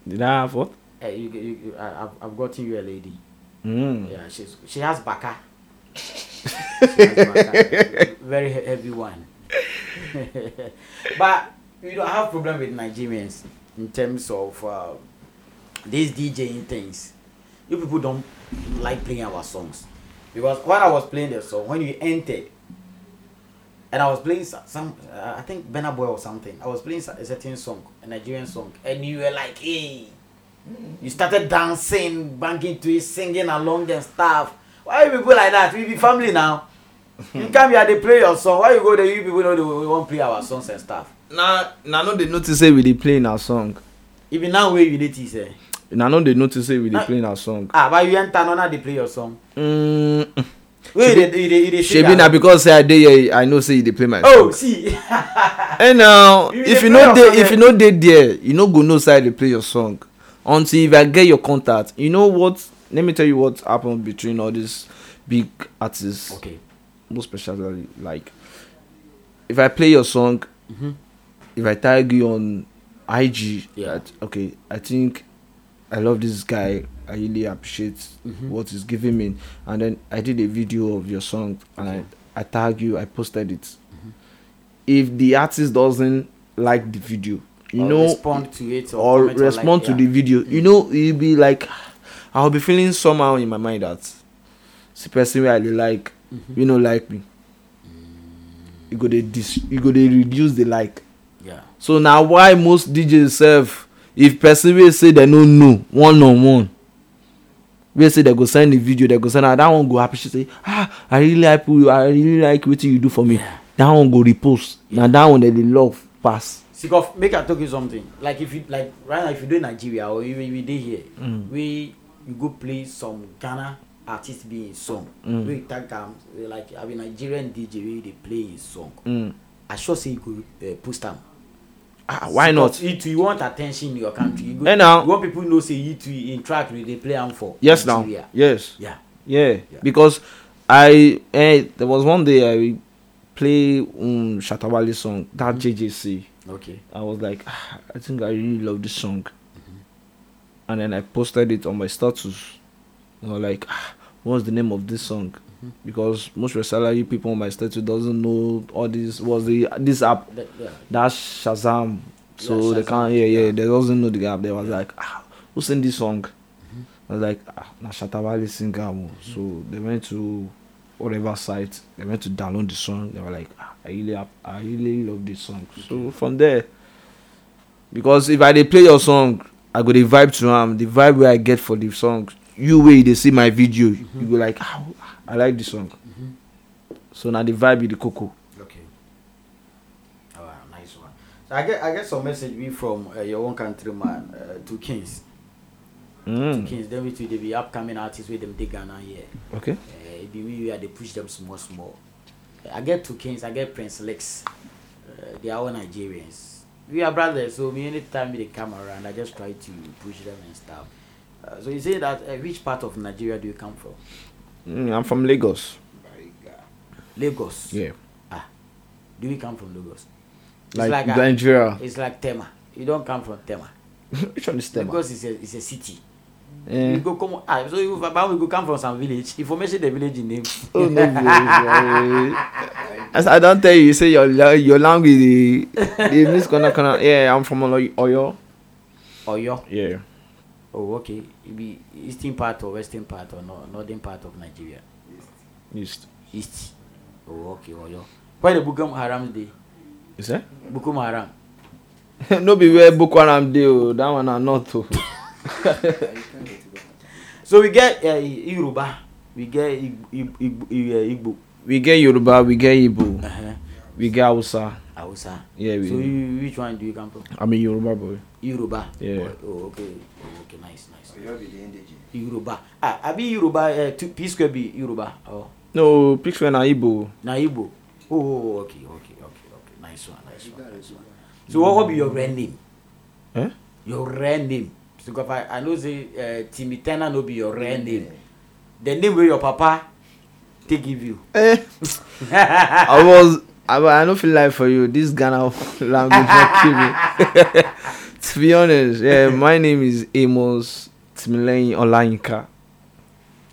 Speaker 2: Did I have what?
Speaker 1: Uh, you, you, you, I, I've, I've gotten you a lady.
Speaker 2: Mm.
Speaker 1: Yeah, she's she has baka. She has baka. Very he- heavy one. [LAUGHS] but we don't have problem with Nigerians in terms of uh, these DJing things. You people don't like playing our songs because when I was playing the song, when you entered, and I was playing so- some, uh, I think Benna Boy or something. I was playing a certain song, a Nigerian song, and you were like, "Hey." You started dancing, banging to it, singing along and stuff. Why you people like that? We be family
Speaker 2: [LAUGHS]
Speaker 1: now. You come here, they play your song. Why you go there? You people know they we won't play our songs and stuff.
Speaker 2: Now, now, no, they notice say we dey playing our song.
Speaker 1: Even now, where you need to say,
Speaker 2: Now, no, they notice say we dey
Speaker 1: Ah.
Speaker 2: playing our song.
Speaker 1: ah, but you enter now, now they play your song.
Speaker 2: Mm.
Speaker 1: Wait, you they, you they, you they sing
Speaker 2: Shebi na
Speaker 1: along.
Speaker 2: because say I dey here, I know say you dey play my song.
Speaker 1: Oh,
Speaker 2: [LAUGHS]
Speaker 1: see.
Speaker 2: hey now
Speaker 1: You
Speaker 2: if
Speaker 1: dey
Speaker 2: you no
Speaker 1: play your
Speaker 2: dey
Speaker 1: song,
Speaker 2: if
Speaker 1: eh?
Speaker 2: you no dey there you no go know say i dey play your song until if i get your contact you know what let me tell you what happen between all these big artists
Speaker 1: okay.
Speaker 2: most especially like if i play your song
Speaker 1: Mm-hmm.
Speaker 2: if i tag you on ig
Speaker 1: Yeah.
Speaker 2: that okay i think i love this guy i really appreciate
Speaker 1: Mhm.
Speaker 2: what he's giving me and then i did a video of your song and
Speaker 1: Okay. Mm-hmm.
Speaker 2: I, I tag you i posted it if the artist doesn't like the video you
Speaker 1: or
Speaker 2: know
Speaker 1: respond to it or,
Speaker 2: or
Speaker 1: comment or
Speaker 2: respond
Speaker 1: like,
Speaker 2: to
Speaker 1: yeah. Mm-hmm.
Speaker 2: the video you know you'll be like "Ah, i'll be feeling somehow in my mind that the person where i dey like
Speaker 1: Mhm.
Speaker 2: you know like me you go they dis you go they reduce the like
Speaker 1: Yeah.
Speaker 2: so na why most djs sef if person wey say dem no know one on one wey say dem go send the video dem go send am that one go happy she say ah i really like you i really like wetin you do for me
Speaker 1: Yeah.
Speaker 2: that one go repost na that one dem dey love pass.
Speaker 1: Sikof, make I talk you something. Like if you
Speaker 2: Mm.
Speaker 1: like right now, if you do Nigeria or if you, if you do here, we you go play some Ghana artist be in song
Speaker 2: Mm.
Speaker 1: wey tag am eh, like abi nigerian dj wey dey play him song
Speaker 2: Mm.
Speaker 1: i sure say you go uh, post am.
Speaker 2: Ah, why not?
Speaker 1: you too you want attention in your country you go
Speaker 2: Eh, now.
Speaker 1: you want people know say you too in track you dey play am for
Speaker 2: Yes, now.
Speaker 1: Nigeria.
Speaker 2: Yes.
Speaker 1: yeah
Speaker 2: Yeah.
Speaker 1: Yeah.
Speaker 2: Because I eh, there was one day I play um Shatawale song that JJC.
Speaker 1: okay
Speaker 2: I was like, "Ah, I think I really love this song. And then I posted it on my status. You know, like, "Ah, what's the name of this song?
Speaker 1: Mhm.
Speaker 2: Because most of salary people on my status doesn't know all this. What's the this app?
Speaker 1: that, yeah.
Speaker 2: That's Shazam. So
Speaker 1: Yeah,
Speaker 2: they
Speaker 1: Shazam,
Speaker 2: can't. Yeah, yeah,
Speaker 1: yeah.
Speaker 2: They doesn't know the app. They was
Speaker 1: Yeah.
Speaker 2: like, ah, who sing this song?
Speaker 1: Mm-hmm.
Speaker 2: I was like, ah, na Shatawale sing am. o." So they went to whatever site. They went to download the song. They were like, ah, I really, ap- I really love this song. So from there, because if I dey play your song, I go dey vibe to am. The vibe wey I get for the song, you wey dey see my video,
Speaker 1: Mm-hmm.
Speaker 2: you go like, ah, I like this song.
Speaker 1: Mhm.
Speaker 2: So now the vibe be the cocoa.
Speaker 1: Okay. All right, nice one. So I get I get some message we from uh, your own countryman uh, to Kings. To
Speaker 2: Mm.
Speaker 1: Kings, them too they be upcoming artists with them they Ghana here.
Speaker 2: Okay.
Speaker 1: Uh, it be we where they push them small small. Eh, I get to Kings, I get Prince Lex. Uh, they are all Nigerians. We are brothers, so me anytime they come around, I just try to push them and stuff. Uh, so you say that uh, which part of Nigeria do you come from?
Speaker 2: Mm, I'm from Lagos.
Speaker 1: Lagos. Ah,
Speaker 2: Yeah.
Speaker 1: Do we come from Lagos? It's
Speaker 2: Like,
Speaker 1: like a-
Speaker 2: Nigeria.
Speaker 1: It's like Tema. You don't come from Tema.
Speaker 2: [LAUGHS] Which one is Tema?
Speaker 1: Lagos is a is a city.
Speaker 2: Eh.
Speaker 1: You go come ah so you baba we go come from some village. [LAUGHS] If you mention the village name.
Speaker 2: Oh, no, bro, [LAUGHS] bro. As I don't tell you, you say your la- your language the the miss corner corner. Yeah, I'm from Olo- Oyo.
Speaker 1: [LAUGHS] Oyo.
Speaker 2: Yeah.
Speaker 1: Oh okay. It be eastern part or western part or no, northern part of Nigeria.
Speaker 2: East.
Speaker 1: East. Oh okay Oyo. Where the Boko Haram dey?
Speaker 2: Is that?
Speaker 1: Boko Haram.
Speaker 2: [LAUGHS] no be where Boko Haram dey o. That one na oh. not o.
Speaker 1: So we get uh, Yoruba. We get Igbo. Igbo, eh, Igbo.
Speaker 2: We get Yoruba, we get Igbo,
Speaker 1: Uh-huh.
Speaker 2: we get Hausa.
Speaker 1: Hausa.
Speaker 2: Yeah, we.
Speaker 1: So you, which one do you come from?
Speaker 2: I'm a Yoruba boy.
Speaker 1: Yoruba.
Speaker 2: Yeah.
Speaker 1: Oh okay. Oh, okay nice nice.
Speaker 3: Oyo be the indigenous.
Speaker 1: Yoruba. Ah, I be Yoruba. Uh, two, P square be Yoruba. Oh.
Speaker 2: No, picture na Igbo.
Speaker 1: na igbo oh okay okay okay okay nice one nice
Speaker 3: You
Speaker 1: one
Speaker 3: got it, you got
Speaker 1: so what what be your real name
Speaker 2: Eh?
Speaker 1: your real name because i i know say uh, timmy turner no be your real
Speaker 3: it.
Speaker 1: name the name wey your papa take give you [LAUGHS]
Speaker 2: Eh. I was. I, wa- I don't feel like for you. This Ghana [LAUGHS] language not kill me. [LAUGHS] to be honest, yeah, my name is Amos Timileyin Olayinka.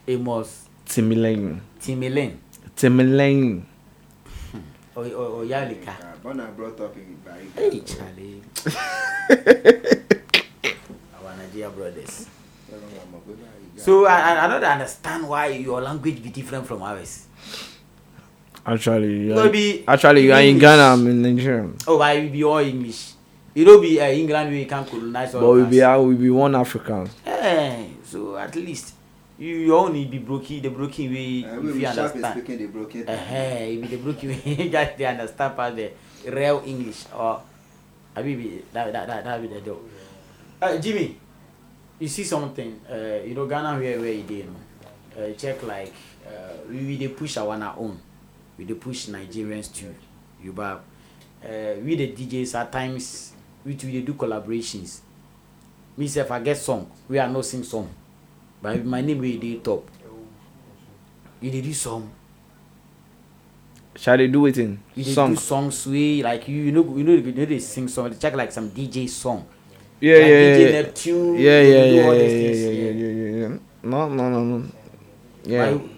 Speaker 1: amos
Speaker 2: Timileyin.
Speaker 1: timilen
Speaker 2: Timileyin.
Speaker 1: Oy- Oy- oyalika
Speaker 3: Uh, born and brought up in Bariga.
Speaker 1: hey chale [LAUGHS] our nigeria brothers
Speaker 3: Tell them I'm a good Bariga.
Speaker 1: so i i i don't understand why your language be different from ours
Speaker 2: Actually,
Speaker 1: you no be
Speaker 2: actually, you are in
Speaker 1: English.
Speaker 2: Ghana. I'm in Nigeria.
Speaker 1: oh but it be all english e no be uh, england wey can colonize all
Speaker 2: But we
Speaker 1: of us.
Speaker 2: be out. We be one African.
Speaker 1: Eh, so at least you your own e be broken the broken way
Speaker 3: Uh,
Speaker 1: uh,
Speaker 3: we
Speaker 1: if
Speaker 3: we
Speaker 1: you
Speaker 3: sharp in
Speaker 1: understand
Speaker 3: speaking the broken.
Speaker 1: uh-huh, e be the broken way [LAUGHS] you guys dey understand pass the real english or abi be that that that, that be the deal uh, jimmy you see something uh, you know ghana where where e dey no uh, check like uh, we we dey push our na own we dey push nigerians too you bab uh, we the djs at times we too dey do collaborations me sef i get song wey i no sing song but if my name wey dey top you dey do song
Speaker 2: Shall they do it in
Speaker 1: you dey do
Speaker 2: song?
Speaker 1: songs wey like you you no go- you no you no dey sing song check like some dj song
Speaker 2: Yeah,
Speaker 1: like
Speaker 2: yeah,
Speaker 1: dj
Speaker 2: yeah,
Speaker 1: neptune
Speaker 2: yeah, yeah,
Speaker 1: you
Speaker 2: yeah,
Speaker 1: do
Speaker 2: yeah,
Speaker 1: all these
Speaker 2: yeah,
Speaker 1: things,
Speaker 2: yeah, yeah, yeah, yeah. No, no, no, no.
Speaker 1: But
Speaker 2: Yeah,
Speaker 1: you-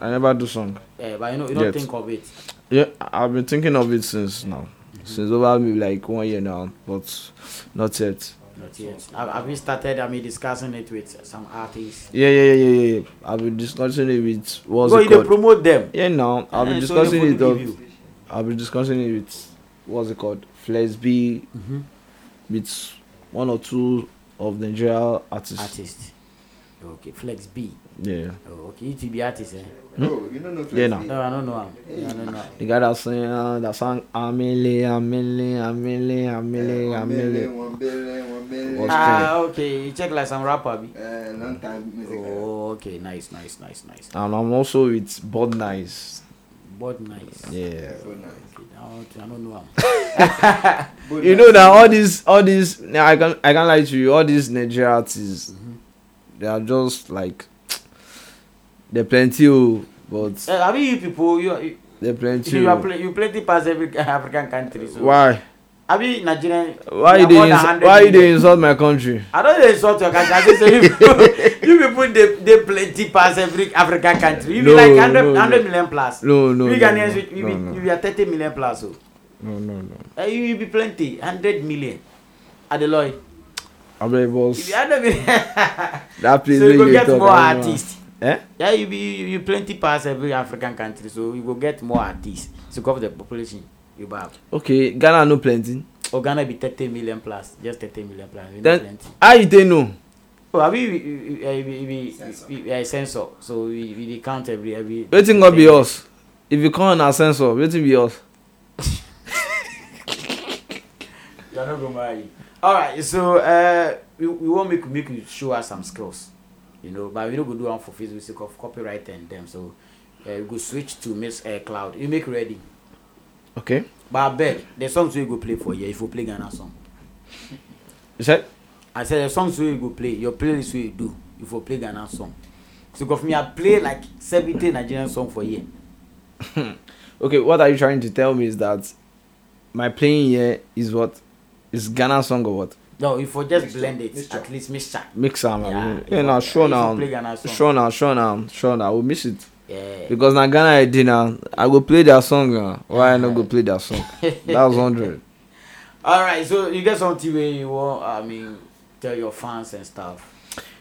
Speaker 2: I never do song.
Speaker 1: eh, but you know you don't
Speaker 2: Yet.
Speaker 1: think of it
Speaker 2: Yeah, I- I've been thinking of it since now.
Speaker 1: Mm-hmm.
Speaker 2: Since over maybe like one year now, but not yet.
Speaker 1: not yet i i been started i been discussing it with some artists
Speaker 2: Yeah, yeah, yeah, yeah. yeah. I've been discussing it with what's
Speaker 1: so
Speaker 2: it
Speaker 1: you dey
Speaker 2: called?
Speaker 1: promote them
Speaker 2: Yeah, now I've been
Speaker 1: Eh, so
Speaker 2: discussing
Speaker 1: they
Speaker 2: it.
Speaker 1: go give
Speaker 2: Of,
Speaker 1: you.
Speaker 2: I've been discussing it with what's it called? Flesby
Speaker 1: Mhm.
Speaker 2: with one or two of the Nigeria artists.
Speaker 1: artist Okay, Flex B.
Speaker 2: Yeah.
Speaker 1: Oh, okay, you to be artist, eh?
Speaker 3: Oh, you don't know Flex
Speaker 2: Yeah, nah.
Speaker 3: B?
Speaker 1: No, I don't know him. Yeah, I don't know.
Speaker 2: The guy that sang uh, that sang Amele, Amele, Amele, Amele,
Speaker 3: Eh,
Speaker 1: Eh,
Speaker 3: One billion,
Speaker 2: Amele.
Speaker 3: one billion, one billion.
Speaker 2: What's
Speaker 3: Ah.
Speaker 1: Ah, okay, you check like some rapper. Be.
Speaker 3: Eh, long time music.
Speaker 1: Ah. Oh, okay, nice, nice, nice, nice.
Speaker 2: And I'm also with Bod Nice.
Speaker 1: But nice.
Speaker 2: Yeah.
Speaker 3: So nice.
Speaker 1: Okay, I don't- I don't know him.
Speaker 3: But
Speaker 2: You
Speaker 3: that's-
Speaker 2: know that all these, all these. Now I can, I can lie to you. All these Nigerian artists, they are just like, they're plenty, oh, but
Speaker 1: Eh, I mean, you people, you you,
Speaker 2: they're plenty.
Speaker 1: you, are
Speaker 2: oh.
Speaker 1: play, you plenty past every African country. So.
Speaker 2: Why?
Speaker 1: I mean, Nigerian.
Speaker 2: Why
Speaker 1: we
Speaker 2: you
Speaker 1: are more than
Speaker 2: they ins-
Speaker 1: 100
Speaker 2: Why you they
Speaker 1: million.
Speaker 2: insult my country?
Speaker 1: I don't dey insult your country. I just say you people, [LAUGHS] you people they, they plenty pass every African country. You be
Speaker 2: No,
Speaker 1: like 100,
Speaker 2: no, no.
Speaker 1: 100 million plus.
Speaker 2: No, no.
Speaker 1: we
Speaker 2: no,
Speaker 1: Ghanaians,
Speaker 2: no,
Speaker 1: we, we,
Speaker 2: no,
Speaker 1: be-
Speaker 2: no.
Speaker 1: we are 30 million plus. So.
Speaker 2: No, no, no.
Speaker 1: Eh, you, you be plenty. 100 million. Adeloy.
Speaker 2: I mean,
Speaker 1: If
Speaker 2: boss,
Speaker 1: you 100 million, [LAUGHS]
Speaker 2: that place
Speaker 1: so you
Speaker 2: where
Speaker 1: go
Speaker 2: you
Speaker 1: get
Speaker 2: talk,
Speaker 1: more
Speaker 2: I don't know.
Speaker 1: artists.
Speaker 2: Eh?
Speaker 1: Yeah, you, be, you, you plenty pass every African country. So you go get more artists to cover the population you have.
Speaker 2: Okay, Ghana no plenty.
Speaker 1: Or Ghana be 30 million plus. Just 30 million plus. We
Speaker 2: Then-
Speaker 1: need plenty.
Speaker 2: How you they know?
Speaker 1: Oh, I mean, we, we, we, we, we,
Speaker 3: Censor.
Speaker 1: we, we are censor. So we, we dey count every. every
Speaker 2: Waiting gonna be
Speaker 1: thing.
Speaker 2: us. If you come on our sensor, waiting be us.
Speaker 1: You're not gonna marry. All right, so uh, we, we want make make you show us some skills, you know, but we don't go do one for Facebook sake of copyright and them. So uh, we go switch to Miss uh, Cloud. You make ready,
Speaker 2: Okay.
Speaker 1: but I bet the songs we go play for you if you play Ghana song.
Speaker 2: You said?
Speaker 1: I said the songs we go play, your playlist we do if you play Ghana song. So of me, I play like seventy Nigerian song for you.
Speaker 2: Hmm. Okay, what are you trying to tell me is that my playing here is what? Is Ghana song or what?
Speaker 1: No, if you just
Speaker 3: Mixture,
Speaker 1: blend it,
Speaker 3: mixture.
Speaker 1: at least mixture.
Speaker 2: Mix am.
Speaker 1: Yeah,
Speaker 2: Yeah,
Speaker 1: if
Speaker 2: yeah
Speaker 1: you-
Speaker 2: now sure
Speaker 1: if you
Speaker 2: now.
Speaker 1: play Ghana song.
Speaker 2: Sure now, sure now, sure now. We'll miss it.
Speaker 1: Yeah.
Speaker 2: Because now Ghana I did now. I go play their song. Uh. Why I not go play
Speaker 1: [LAUGHS]
Speaker 2: their song? That's 100.
Speaker 1: All right, so you get something where you want, I mean, tell your fans and stuff.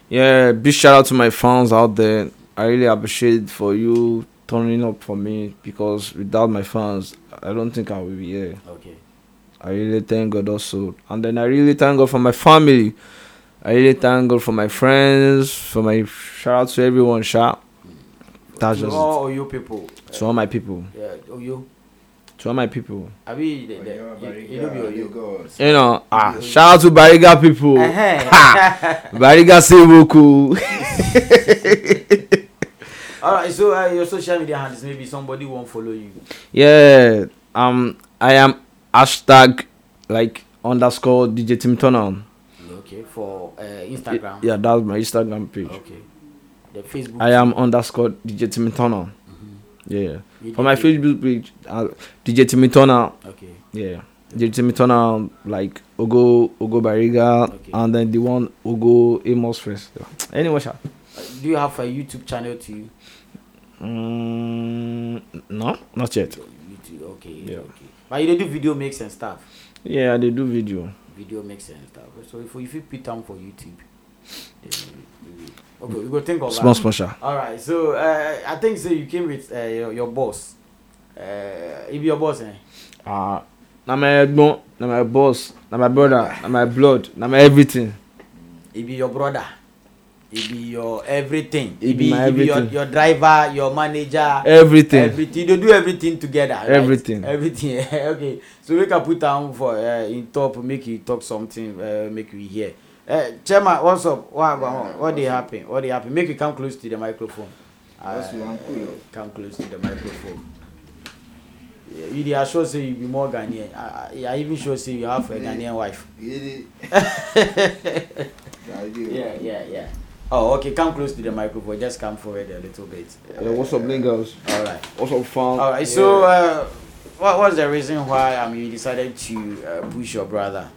Speaker 2: Yeah, big shout out to my fans out there. I really appreciate for you turning up for me because without my fans, I don't think I will be here.
Speaker 1: Okay.
Speaker 2: I really thank God also, and then I really thank God for my family. I really thank God for my friends, for my shout out to everyone. Shout. That's
Speaker 1: to
Speaker 2: just it.
Speaker 1: all Oyo people.
Speaker 2: to all my people.
Speaker 1: Yeah, Oyo.
Speaker 2: To all my people.
Speaker 1: I mean, the,
Speaker 3: Oh,
Speaker 1: the,
Speaker 3: yeah,
Speaker 1: you,
Speaker 3: Bariga,
Speaker 1: you know be Oyo.
Speaker 3: Lagos.
Speaker 2: You know, ah, shout out to
Speaker 1: [LAUGHS]
Speaker 2: Bariga people.
Speaker 1: Uh-huh.
Speaker 2: Bariga Sebuku.
Speaker 1: all right, so uh, your social media handles, maybe somebody won't follow you.
Speaker 2: Yeah, um, I am hashtag like underscore DJ Tim Turner.
Speaker 1: Okay, for uh, Instagram. Oh.
Speaker 2: Yeah, that's my Instagram page.
Speaker 1: Okay. The Facebook.
Speaker 2: I am underscore DJ Tim Turner.
Speaker 1: Mhm.
Speaker 2: Yeah,
Speaker 1: You
Speaker 2: for my
Speaker 1: did it.
Speaker 2: Facebook page, uh, DJ Tim Turner.
Speaker 1: Okay.
Speaker 2: Yeah, DJ Tim Turner like Ogo Ogo Bariga,
Speaker 1: Okay.
Speaker 2: and then the one Ogo Amos first. Anyway, sha.
Speaker 1: Uh, do you have a YouTube channel too?
Speaker 2: Mm, no, not yet.
Speaker 1: YouTube, okay.
Speaker 2: Yeah.
Speaker 1: Okay. But you dey do video makes and stuff.
Speaker 2: Yeah, they do video.
Speaker 1: video makes sense that way. So if, if you put down for YouTube, then we- we- okay, we go think of
Speaker 2: Small
Speaker 1: that.
Speaker 2: sponsor.
Speaker 1: All right, so uh, I think so. You came with uh, your, your boss. Uh, if your boss, eh?
Speaker 2: Ah, na my egbon, na my boss, na my brother, na my blood, na my everything.
Speaker 1: He be your brother. He be your everything.
Speaker 2: He
Speaker 1: He
Speaker 2: be
Speaker 1: be,
Speaker 2: my
Speaker 1: he be your,
Speaker 2: everything.
Speaker 1: your driver, your manager.
Speaker 2: Everything.
Speaker 1: Everything. They do everything together. right?
Speaker 2: Everything.
Speaker 1: Everything. [LAUGHS] okay. So we can put down for uh, in top. Make you talk something. Uh, make you hear. Uh, Chairman, what's up? What
Speaker 3: Yeah,
Speaker 1: what, what they
Speaker 3: what's up?
Speaker 1: happen? What they happen? Make you come close to the microphone.
Speaker 3: That's
Speaker 1: Uh,
Speaker 3: one cool.
Speaker 1: come close to the microphone. Yeah, you dey assure say you be more Ghanaian. I, I, I even sure say you have a
Speaker 3: Yeah.
Speaker 1: Ghanaian wife.
Speaker 3: Really? The idea.
Speaker 1: [LAUGHS] Yeah, yeah, yeah. Oh, okay. Come close to the microphone. Just come forward a little bit.
Speaker 2: Yeah, what's up, niggas?
Speaker 1: All right.
Speaker 2: What's up, fam?
Speaker 1: All right. So, uh, what was the reason why um you decided to uh, push your brother?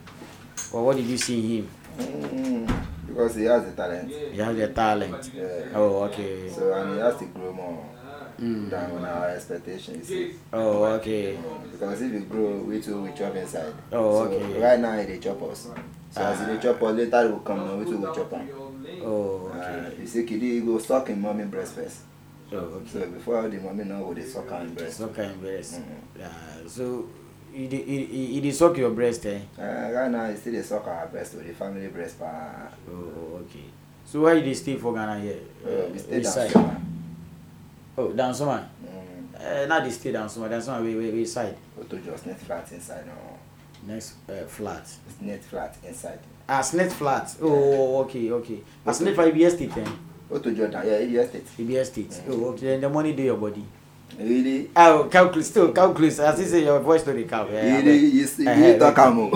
Speaker 1: Well, what did you see in him?
Speaker 3: Mm, because he has the talent.
Speaker 1: He has the talent.
Speaker 3: Yeah.
Speaker 1: Oh, okay.
Speaker 3: So and he has to grow more
Speaker 1: Mm.
Speaker 3: than on our expectations. you see.
Speaker 1: Oh, okay.
Speaker 3: Mm, Because if we grow, we too will chop inside.
Speaker 1: Oh,
Speaker 3: so
Speaker 1: okay. Ah.
Speaker 3: Right now he dey chop us. So as he dey chop us, later he will come and we too will chop am.
Speaker 1: Oh,
Speaker 3: Uh,
Speaker 1: okay.
Speaker 3: you see, Kidi he go suck him mommy breast first.
Speaker 1: Oh, okay.
Speaker 3: So before the mommy know, we dey suck am breast.
Speaker 1: So kind of breast.
Speaker 3: Mm.
Speaker 1: Uh, so, he did he, he, he dey suck your breast, eh?
Speaker 3: Uh, right now, he still dey suck our breast with the family breast. Pa.
Speaker 1: Oh, okay. so why you dey stay for ghana here
Speaker 3: Uh, we stay
Speaker 1: Which
Speaker 3: down
Speaker 1: side?
Speaker 3: here, man.
Speaker 1: oh dansoma
Speaker 3: Mm,
Speaker 1: uh, na dey stay dansoma dansoma wey wey wey side
Speaker 3: Otojo just net flat inside. No,
Speaker 1: next uh, flat
Speaker 3: it's net flat inside.
Speaker 1: ah snake flat oh okay okay na snake flat ibi estate eh
Speaker 3: Otojo down here, yeah, estate.
Speaker 1: ibi estate oh okay then the money dey your body
Speaker 3: Really,
Speaker 1: ah oh, calculate still calculate as you say your voice no dey calm yeah,
Speaker 3: really, you see,
Speaker 1: Eh,
Speaker 3: you
Speaker 1: eh,
Speaker 3: talk
Speaker 1: okay.
Speaker 3: [LAUGHS] am o.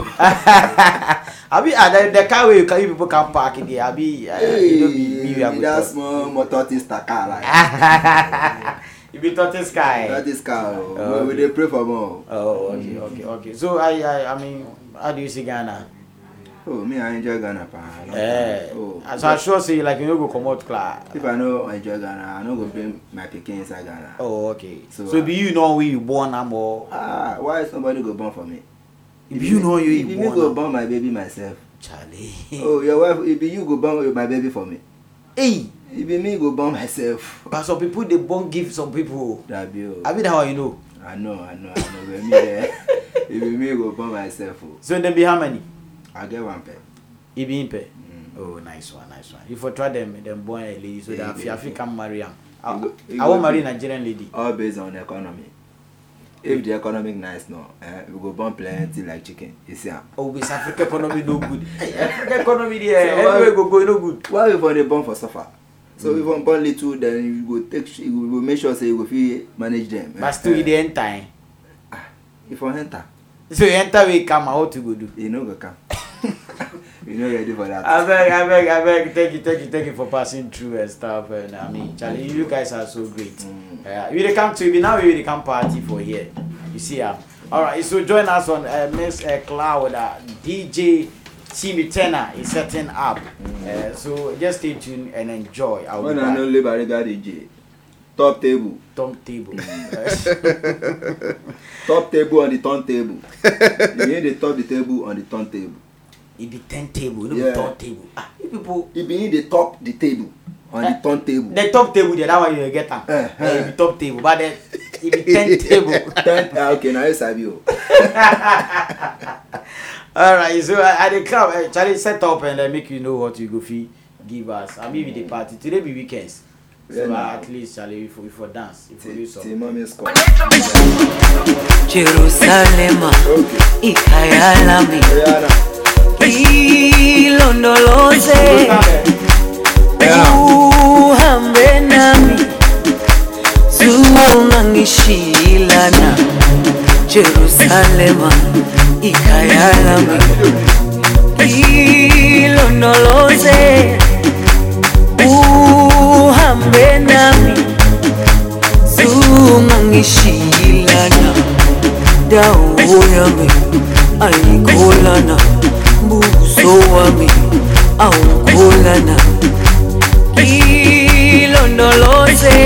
Speaker 1: [LAUGHS] abi ah the, the car wey you carry people can park there abi uh, e no be be where
Speaker 3: Hey,
Speaker 1: we [LAUGHS]
Speaker 3: that
Speaker 1: talk
Speaker 3: small motor tista car like.
Speaker 1: Ah, e be tortoise sky
Speaker 3: That is car. o.
Speaker 1: Oh,
Speaker 3: We we dey pray for more. o.
Speaker 1: oh okay okay okay so i i i mean how do you see ghana
Speaker 3: Oh, me I enjoy Ghana pa. long
Speaker 1: eh
Speaker 3: time. Oh,
Speaker 1: so i sure say like you no go comot class
Speaker 3: if I no enjoy Ghana, I no go bring my pikin inside Ghana.
Speaker 1: oh okay so,
Speaker 3: So,
Speaker 1: so
Speaker 3: uh,
Speaker 1: be you know where you born am or
Speaker 3: Ah, why somebody go born for me?
Speaker 1: If you know you,
Speaker 3: if
Speaker 1: you
Speaker 3: me
Speaker 1: born Eh.
Speaker 3: go
Speaker 1: am.
Speaker 3: born my baby myself.
Speaker 1: chale
Speaker 3: oh, your wife, if you go born my baby for me.
Speaker 1: hey.
Speaker 3: If me go born myself.
Speaker 1: But some people they born give some people.
Speaker 3: That be oh.
Speaker 1: I mean how you know.
Speaker 3: I know, I know, I know. But me there, [LAUGHS] if me go born myself, oh,
Speaker 1: So then be how many?
Speaker 3: I get one pair.
Speaker 1: He be in pay.
Speaker 3: Mm.
Speaker 1: Oh nice one, nice one. If I try them them born a lady so that if you
Speaker 3: Yeah,
Speaker 1: have to come marry am. I,
Speaker 3: You go- you
Speaker 1: I
Speaker 3: go
Speaker 1: won't marry
Speaker 3: be-
Speaker 1: Nigerian lady.
Speaker 3: All based on economy. If the economic nice now, eh, we go born plenty like chicken. You see am.
Speaker 1: Oh, West Africa economy no
Speaker 3: [LAUGHS]
Speaker 1: good. Hey, Africa economy
Speaker 3: So
Speaker 1: there,
Speaker 3: why-
Speaker 1: everywhere go go no good.
Speaker 3: why we for dey born for suffer so mm. if one born little then you go take sh- you go make sure say you go fit manage them
Speaker 1: But still you dey enter. eh.
Speaker 3: if one enter
Speaker 1: So you enter we come out to go do.
Speaker 3: you no go come [LAUGHS] you no ready for that
Speaker 1: I beg, I beg, I beg. Thank you, thank you, thank you for passing through and stuff. And I mean, Charlie, you guys are so great.
Speaker 3: Mm.
Speaker 1: Yeah, we dey come to we now we dey come party for here. You see, um, all right. So join us on uh, Miss uh, Cloud uh, DJ Timmy Turner is setting up. Uh, so just stay tuned and enjoy. I'll be
Speaker 3: Mm. when i no
Speaker 1: back.
Speaker 3: labour regard the j top table
Speaker 1: Tom table.
Speaker 3: Mm.
Speaker 1: [LAUGHS] Eh,
Speaker 3: top table on the turn [LAUGHS] table you mean dey top the table on the turn table
Speaker 1: it be ten table, no be
Speaker 3: Yeah.
Speaker 1: top table. Ah, you people.
Speaker 3: e bin dey top the table on the turn table
Speaker 1: The top table, there, that one you dey get am. Uh,
Speaker 3: Eh,
Speaker 1: it be top table, but then it be ten table.
Speaker 3: [LAUGHS] turn ah okay na you sabi o
Speaker 1: all right so i i dey come uh, charlie set up and uh, make you know what you go fit give us i mean we dey party today be weekends so
Speaker 3: Yeah,
Speaker 1: uh,
Speaker 3: nah.
Speaker 1: at least charlie we for we for dance we for do
Speaker 3: till till
Speaker 1: some
Speaker 3: mommy score
Speaker 4: Jerusalema
Speaker 3: okay
Speaker 4: ikhaya lami
Speaker 3: oya na
Speaker 4: ilondoloze uhambe nami zungangishilana Jerusalema ikhaya lami ilondoloze uhambe nami zungangishilana dawo yami ayikholana mbuso wami awukholana ilondoloze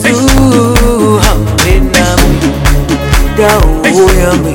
Speaker 4: zuhambe nami dawo yami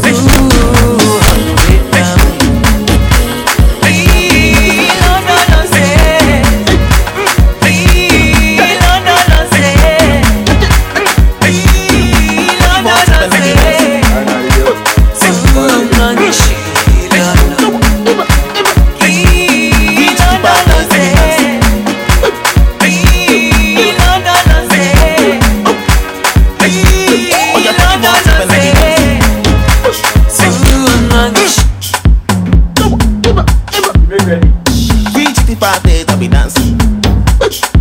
Speaker 4: zuhambe nami Pilo no lo sé, pilo no lo sé, pilo no lo sé.
Speaker 3: oya na you dey.
Speaker 5: Reach the party to be dancing.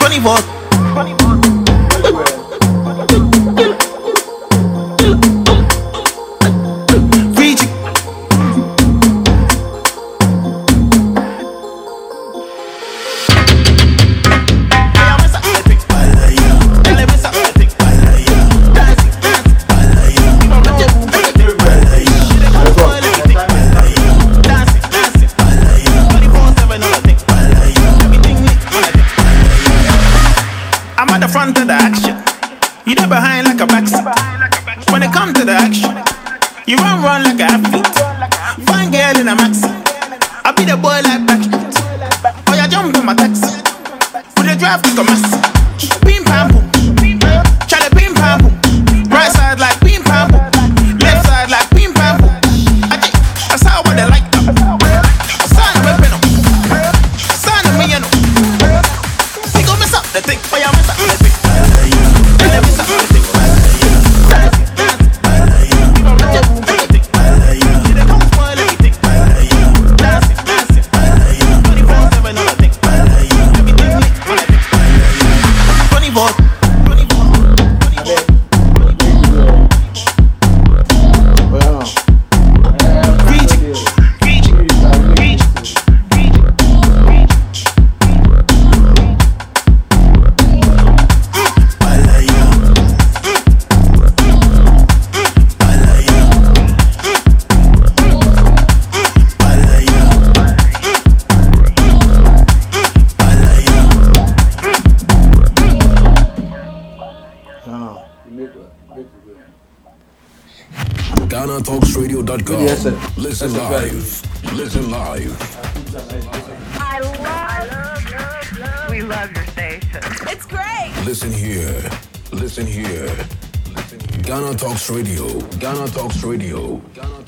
Speaker 5: Twenty four. Reach it. I'm at the front of the action. You there behind like a backseat. When it come to the action, you run run like a athlete. Fine girl Oh, in a maxi. I be the boy like Backstreet.
Speaker 6: radio.com.
Speaker 3: Yes, sir.
Speaker 6: Listen live. Listen live.
Speaker 7: I love, love, love. We love your station.
Speaker 8: It's great.
Speaker 6: Listen here. Listen here. Ghana Talks Radio. Ghana Talks Radio. Ghana